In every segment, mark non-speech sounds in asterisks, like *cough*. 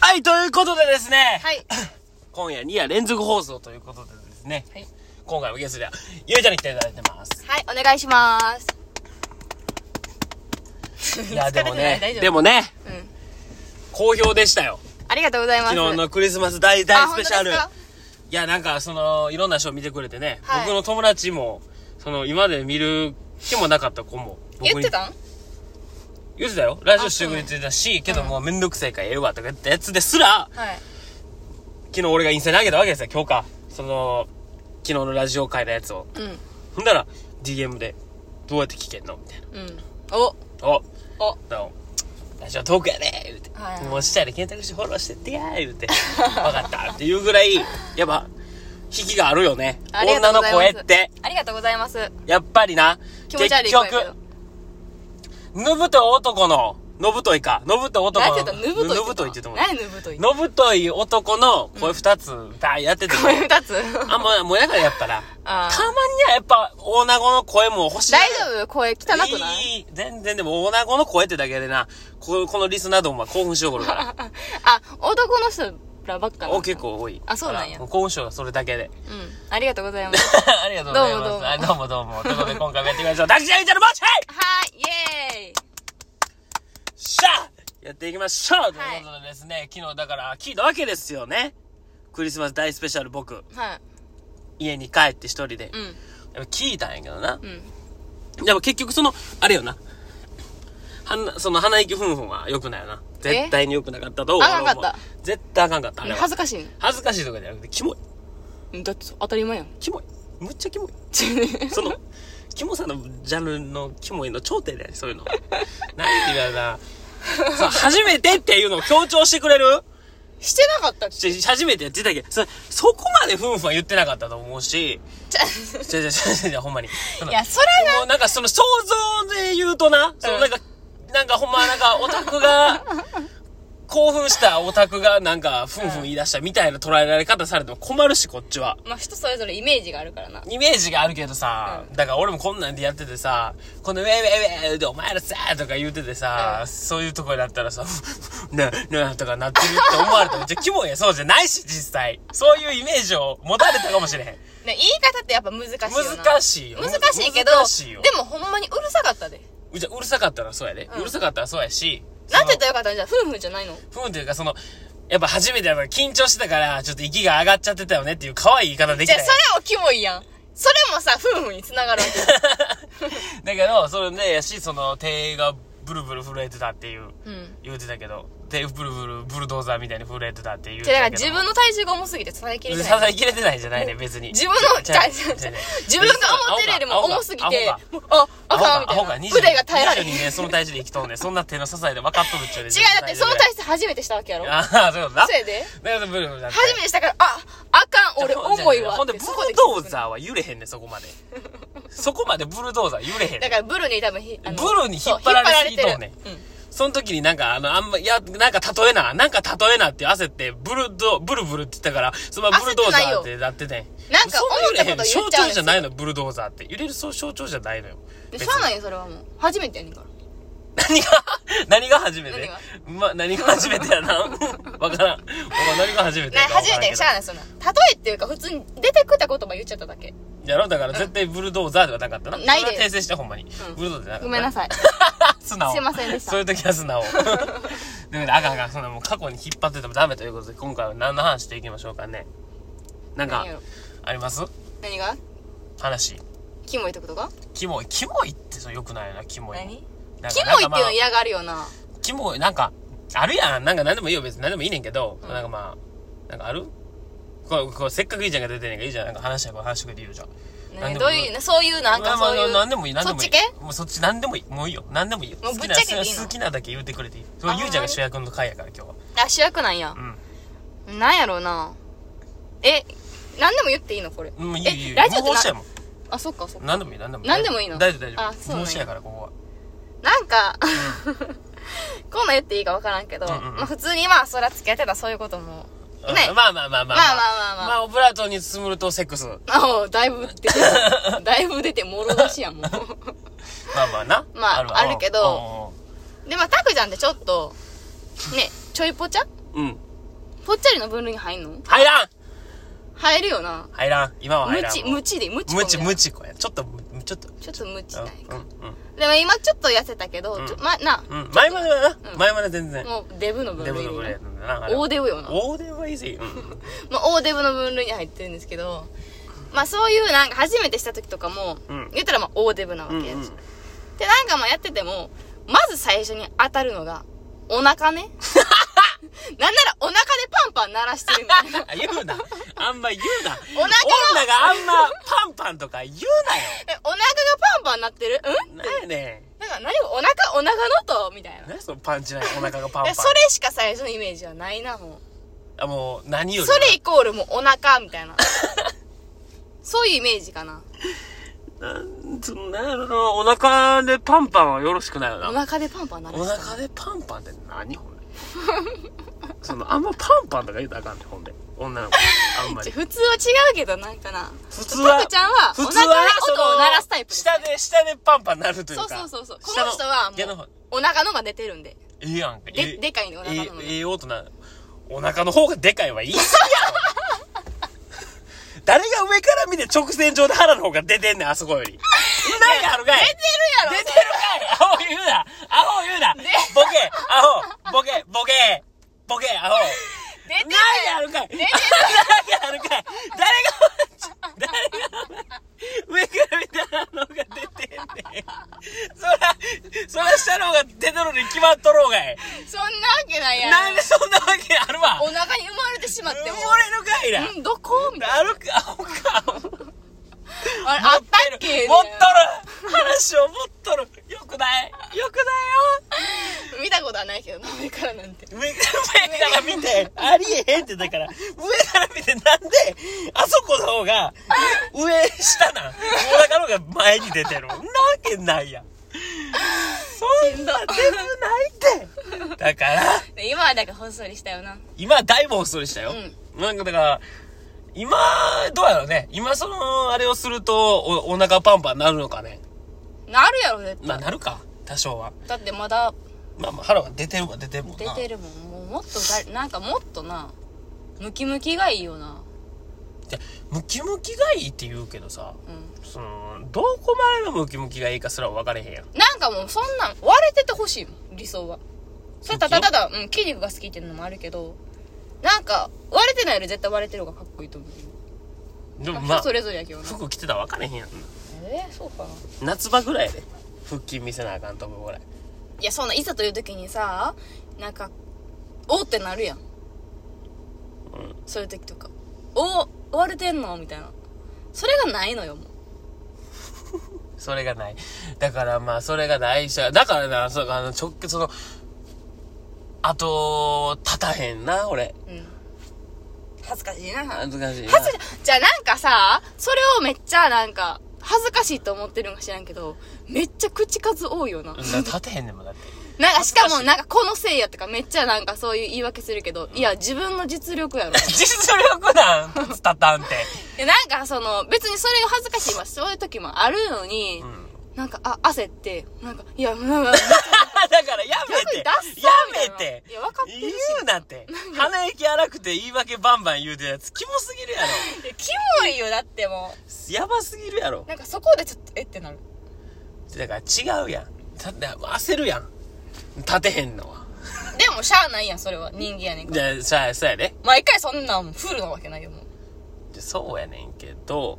はい、ということでですね、はい。今夜2夜連続放送ということでですね、はい今回もゲストでは、ゆうちゃんに来ていただいてます。はい、お願いします。いや、疲れでてもないね大丈、夫でもね、うん。好評でしたよ。ありがとうございます。昨日のクリスマス大大あス本ペ当でシャすル。いかや、なんか、その、いろんなショー見てくれてね、はい僕の友達も、その、今まで見る気もなかった子も、僕に言ってたん言ってたよ。ラジオしてくれてたし、けどもうめんどくせえからええわとか言ったやつですら、はい。昨日俺がインスタに上げたわけですよ、今日か。その、昨日のラジオ会のやつを。うん。ほんだら、DM で、どうやって聞けんのみたいうん。お、な。お、お、どうもラジオトークやね言うて。はいもうしたら検索してフォローしてってや言うて。わかったっていうぐらい、やっぱ、引きがあるよね。ありがと女うごのざいま声す。って。。ありがとうございます。やっぱりな。気持ち悪い結声局やけど。、のぶと男の、のぶといか。のぶと男何の。て言ったぬぶとい。のぶといって言ってもらう何ぬぶといのぶとい男の声二つ、バーやっててもこ。れ二つ。あんま、もうやからやったら。たまあにーはやっぱ、オナゴの声も欲しいな。大丈夫声汚くないいい全然でも、オナゴの声ってだけでな、ここのリスナーどもは興奮しようこる *laughs* か。あ、男の人らばっからな。お、結。構多い。あそうなんやも興奮しようがそれだけで。 *laughs* うん。ありがとうございます。ありがとうございます。あどうもどうも。ということで、今回もやっていきましょう。タクシーアイちゃんのマッチはいはい、イエーイ。しゃやっていきましょうということでですね、昨日だから、聞いたわけですよね。クリスマス大スペシャル僕、はい。家に帰って一人でう。ん。やっぱ聞いたんやけどな。うん。でも結局その、あれよな。はんその鼻息ふんふんは良くないよな。絶対に良くなかったと俺はあかん思うかった。絶対あかんかった。あれは恥ずかしい恥ずかしいとかじゃなくて、キモい。の。だって当たり前やん。キモい。むっちゃキ *laughs* モい。その、キモさのジャンルのキモいの頂点だよね、そういうの。なんていうかな。そう初めてっていうのを強調してくれるしてなかったっけし初めてやってたけど、そ、そこまでふんふんは言ってなかったと思うし、じゃじゃじゃじゃほんまに。そのいや、それもうなんかその想像で言うとな、そのなんか、なんかほんまなんかオタクが、興奮したオタクがなんか、ふんふん言い出したみたいな捉えられ方されても困るし、こっちは。まあ人それぞれイメージがあるからな。イメージがあるけどさ、だから俺もこんなんでやっててさ、このウェイウェイウェイでお前らさ、とか言うててさ、うんそういうとこになったらさ、 *laughs* な、な、とかなってるって思われたら、じゃ、キモいや、そうじゃないし、実際。そういうイメージを持たれたかもしれへん。ね、言い方ってやっぱ難しいよな。難しいよ難しいけど、難しいよでもほんまにうるさかったで。うじゃ、うるさかったらそうやで。ううんるさかったらそうやし。なんて言ったらよかったんじゃあ、夫婦じゃないのふんというか、その、やっぱ初めてやっぱ緊張してたから、ちょっと息が上がっちゃってたよねっていう可愛い言い方できじたゃあ、よそれもキモいやん。それもさ、夫婦につながる *laughs* わけ。だけど、それね、やし、その、手がブルブル震えてたっていう、うん。言うてたけど、手ブルブル、ブルドーザーみたいに震えてたっていう。じゃあ、だから自分の体重が重すぎて伝えきれて支ない。えきれてないんじゃないね、別に。自分の、じじゃゃああじゃあじゃあ自分が思ってるよりも重すぎてアホか、もうあ、あかんみアホか、たアホいな。か腕が耐えられへん。 22違う、年その体重で生きとんねん。そんな手の支えで分かっとるっち *laughs* ゅうねんだってその体質初めてしたわけやろ。ああ、そういうことな。そうやで。だからブルブルだって初めてしたから、あ、あかん、俺重いわって。ほんで、ブルそこで気づくドーザーは揺れへんねん、そこまで。そこまでブルドーザー揺れへんねだん。からブルに多分ひ、あのブルに引っ張られすぎとんねんそう引っ張られてるうんその時になんか、あの、あんま、いや、なんか例えな、なんか例えなって焦って、ブルド、ブルブルって言ったから、そのままブルドーザーってなってて。なんかそ思った揺れへんこと言象っちゃ徴うんですよじゃないの、ブルドーザーって。揺れるそう象徴じゃないのよ。で別しにゃあないよそれはもう初めてやねんから何が、何が初めて何ま、何が初めてやな。 *laughs* わからん。お前何が初めてなやかわからん初めてやけねんどしゃあないそんな例えっていうか普通に出てくた言葉言っちゃっただけやろだから絶対ブルドーザーではなかったな。ないでそれは訂正してほんまに。んブルドーザーじゃなかった。ごめんなさい素直。すいませんでしたそういう時は素 *laughs* 直。でもね、あかんあかん。そんなもう過去に引っ張っててもダメということで、今回は何の話していきましょうかね。なんか何やろ、あります何が話。キモいってことかキモい。キモいってそよくないな、キモい。何なんキかモいっていなうのんかま嫌がるよなあキモい、なんか、あるやん。なんか何でもいいよ、別に何でもいいねんけど、なんかまあ、なんかあるこれ、これ、せっかくいいじゃんが出てんねんから、いいじゃん。なんか話したから話してくれていいよ、じゃん。何ねでどもういいいうそういうなんかそういまうあまあ、なんでもいい、なんでそっもいい。ち系もうそっち、なんでもいい。もういいよ。なんでもいいよ。もう好ぶきっな、ちゃけていいの好きなだけ言ってくれていい。それあーゆうちゃんが主役の回やから、今日は。あ主役なんやうん。なんやろうなえ何でも言っていいのこれうん、いいよいいえよ。ラジオって無法者やなもん。あそっかそっか何でもいい、何でもいい。何でもいいの大丈夫、大丈あ夫。そうなん無や法者やから、ここは。なんかこんなん言っていいか分からんけどうんうんまあ普通にまあそりゃ付き合ってたらそういうことも *laughs* うんねまあまあまあまあ。まあまあまあまあオブラートに包むとセックス。まああ、だいぶ出 *laughs* てた、だいぶ出てもろ出しやもん。あまあな。まあわあるけどうんうんうんで、まあ、タクちゃんってちょっと、ね、ちょいぽちゃうん。ぽっちゃりの分類に入んの入らん入るよな。入らん今は入無らん知、無知でいい、無知。無知無。知子やちょっとむちょっとちょっと無知うなんんやか。うんでも今ちょっと痩せたけど、ちょま、な、うんうん前まではな、うん前までは全然もうデブの分デブ類のにブレねー。ドだな大デブよな。大手はいいぜうんまあ、大デブの分類に入ってるんですけど、まあそういうなんか初めてした時とかも、うん言ったらまあ大デブなわうけんやし、うんで、なんかまあやってても、まず最初に当たるのが、お *laughs* 腹ね。なんならお腹でパンパン鳴らしてるみ *laughs* たいな。あ言うなあんま言うなお腹が女があんまパンパンとか言うなよえお腹がパンパン鳴ってるうんなんやねなんか何お腹、お腹の音みたいな。ん何そのパンチないお腹がパンパンでそれしか最初のイメージはないな、もあもう何う。よりそれイコールもうお腹みた *laughs* いな。そういうイメージかな。なんそんなんやろなお腹でパンパンはよろしくないよおな腹でパンパン鳴らおしてる。腹でパンパンって何ほん *laughs* でそのあんまパンパンとか言うたらあかんねほんで女の子あんまちりょ普通は違うけど、なんかな。普通はタクちゃんは、お普通腹はで音を鳴らすタイプですその下で下でパンパンなるというそうかそうそうそう。こ下の人は、下のも方う、お腹のが出てるんで。ええやんかで、でかかいね、お腹えのえが。ええ音なお腹の方がでかいは言い過ぎやろ *laughs* 誰が上から見て直線上で腹の方が出てんねんあそこより何があるかい出てるや出ろてるかいアホ言うなアホ言うなボケアホボケボケボケアホ出てる何があるかい何てるがあるかい誰が誰が上から見たらのが出てんねんそらそら下の方が出てるのに決まっとろうがいそんなわけないやん。なんでそんなわけあるわお腹に埋もれてしまっ埋ても。もれるかいなうん、どこみたいな。あるかアホか持っあれ、あったってける持っとる話を持っとるよくないよくないよ見たことはないけど、名前からなんて。上から見て、ありえへんってだから、上から見てなんで、あそこの方が、上、下なん。お腹の方が前に出てる。んなわけないやん。そんな出ないって。だから、で今はだからほっそりしたよな。今は大暴走でしたよ。なんかだから、今、どうやろうね。今その、あれをすると、お、お腹パンパンなるのかね。なるやろ、絶まあ、対。なるか。多少は。だってまだまあまあ、腹は出てるわ、出てるもん出な。てるもん。もうもっとだ、なんかもっとな、ムキムキがいいよな。いやムキムキがいいって言うけどさ。うん。そのどこまでのムキムキがいいかすら分かれへんやんなんかもうそんなん割れててほしいもん理想はそれただただ、うん、筋肉が好きっていうのもあるけどなんか割れてないより絶対割れてる方がかっこいいと思う、でもままあ、あ人それぞれやけどな服着てたら分かれへんやんえー、そうかな夏場ぐらいやで腹筋見せなあかんと思うぐらいいやそんないざという時にさなんかおーってなるやん、そういう時とかおー割れてんのみたいなそれがないのよもうそれがないだからまあそれがないしだからなそうあの直結のあと立たへんな俺うん恥ずかしいな恥ずかしいな恥ずかじゃあなんかさ、それをめっちゃなんか、恥ずかしいと思ってるんか知らんけど、めっちゃ口数多いよな。な立てへんねんもんだってなんかしかも恥ずかしいなんかこのせいやとかめっちゃなんかそういう言い訳するけど、いや自分の実力やろ。実力なん立ったたんって *laughs* でなんかその別にそれが恥ずかしいわ、そういう時もあるのに、んなんかあ、焦って、なんか、いや、うん、 *laughs* うんうんだからやめてダッサやーみためいなていや分かってるし言うなって鼻息荒くて言い訳バンバン言うてるやつキモすぎるやろキモいよ、だってもやばすぎるやろう。なんかそこでちょっと、えってなる。だから違うやんだって焦るやん立てへんのはでもしゃあないやん、それは。人間やねんから。でさあそうやね毎回そんなんフルなわけないよ、もう。でそうやねんけど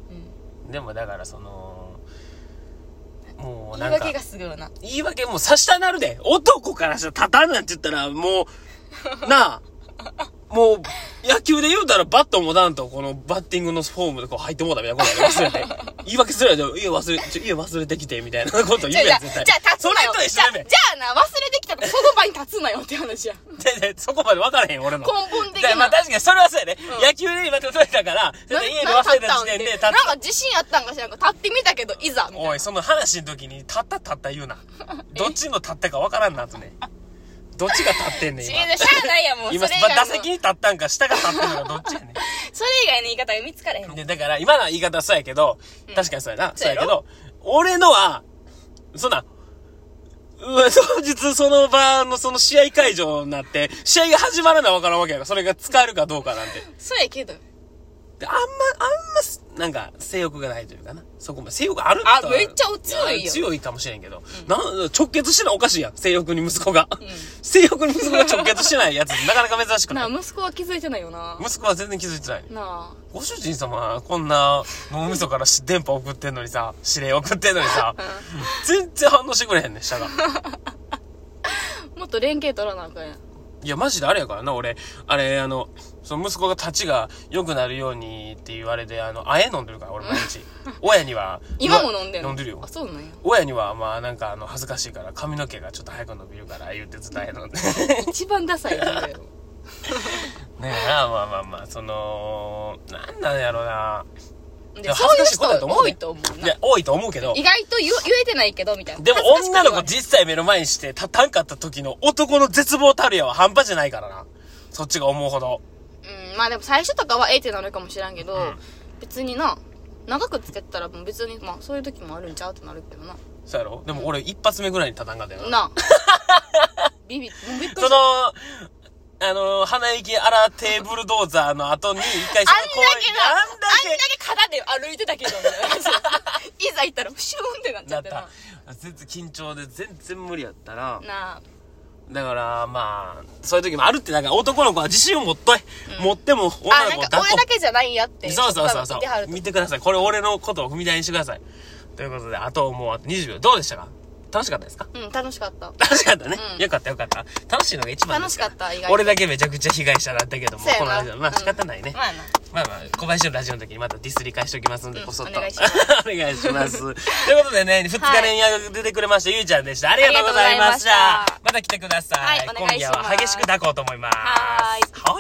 うん。でもだからそのもう言ないんか訳がすぐよな。言い訳もうさしたなるで男からしたら立たんなんて言ったらもうなあもう野球で言うたらバットもだんとこのバッティングのフォームでこう入ってもうたみたいなことやで忘 *laughs* れて言い訳するやろいや忘れちょいや忘れてきてみたいなことじ言うゃあ、じゃやあ、んじ絶ゃあ対立つそれなよ。と一じ緒ゃやあ、じべゃあな、忘れてきたらその場に立つなよって話 *laughs* や。ででそこまで分からへん俺の根本だ的からまあな。確かにそれはそうやね。野球で今例えたから、な家で忘れた時点で立なんっかた。自信あったんか知らんか立ってみたけど、いざ、みたいおい、その話の時に立った立った *laughs* 言うな。どっちの立ったかわからんなとね。どっちが立ってんねん今な。違う違う、しゃあ *laughs* ないや、もう。それ今、以外打の、席に立ったんか下が立ってんのかどっちやねそれ以外の言い方が見つからへんん。 *laughs* ねん。で、だから今の言い方はそうやけど、確かにそうやな。そうそうややろけど、俺のは、そんな、うわ当日その場のその試合会場になって、試合が始まらなわからんわけやから、それが使えるかどうかなんて。そうやけど。であんま、あんます、なんか、性欲がないというかな。そこまで。性欲あるあとはめっちゃお強いよや強いかもしれんけど。なん直結してないおかしいやん。性欲に息子が。ん *laughs* 性欲に息子が直結してないやつ、 *laughs* なかなか珍しくなないあ、。息子は気づいてないよな。息子は全然気づいてない。なあ。ご主人様、こんな、脳みそからし電波送ってんのにさ、指令送ってんのにさ、全然反応してくれへんねん、下が。もっと連携取らなあかんやん。いや、マジであれやからな、俺。あれ、あの、その息子が立ちが良くなるようにって言われて、あの、あえ飲んでるから、俺毎日。 *laughs* 親には。今も飲んでんの飲んでるよあ、。そうなんや。親には、まあ、なんか、あの、恥ずかしいから、髪の毛がちょっと早く伸びるから、言ってずっとあえ *laughs* 飲んで。一番ダサいやんだよ。ねえな、まあまあまあ、その、なんなんやろな。 *laughs* いで、やそういう恥ずかしいことだと人思う多ねいと思ういなや。、多いと思うけど意。外と言う言えてないけど、みたいな。でも、恥ずか女のしく子は言わ実際目の前にして、立たんかった時の男の絶望たるやは半端じゃないからな。そっちが思うほど。ないうん、まあでも最初とかはええってなるかもしらんけど、ん別にな、長くつけてたらもう別に、まあそういう時もあるんちゃうってなるけどな。そうやろでも俺、一発目ぐらいに立たんかったよな。 *laughs* なあ。ビビ、もうびっくりそのした。、あの、鼻息荒テーブルドーザーの後に、一回そあんのだ公園けにな、ああんんだだけ肩で歩いて *laughs* たけど、ね、いざ行ったら、シューンってなっけちゃなっってな。た。全然緊張で全然無理やったら、なあ、だからまあ、そういう時もあるって、なんか男の子は自信を持っとい。持ってもあ、女のな子んをか抱俺こだけじゃないやって。う。そうそうそうそ多分見てはるう。と見てください。これ俺のことを踏み台にしてください。ということで、あともうあと20秒。どうでしたか楽しかったですかうん、楽しかった。楽しかったね、うんよかったよかった。楽しいのが一番ですら楽しかった意外と俺だけめちゃくちゃ被害者だったけども、そうやこのなラジオ。まあ仕方ないね。まあな。まあまあ、小林のラジオの時にまたディスり返しておきますんで、うんこそっと。お願いしま *laughs* お願いします。ということでね、二日連夜出てくれました、ゆいちゃんでした。ありがとうございました。ありがとうございましたまた来てください。はいお願いしま今す夜は激しく抱こうと思います。はーいはーい。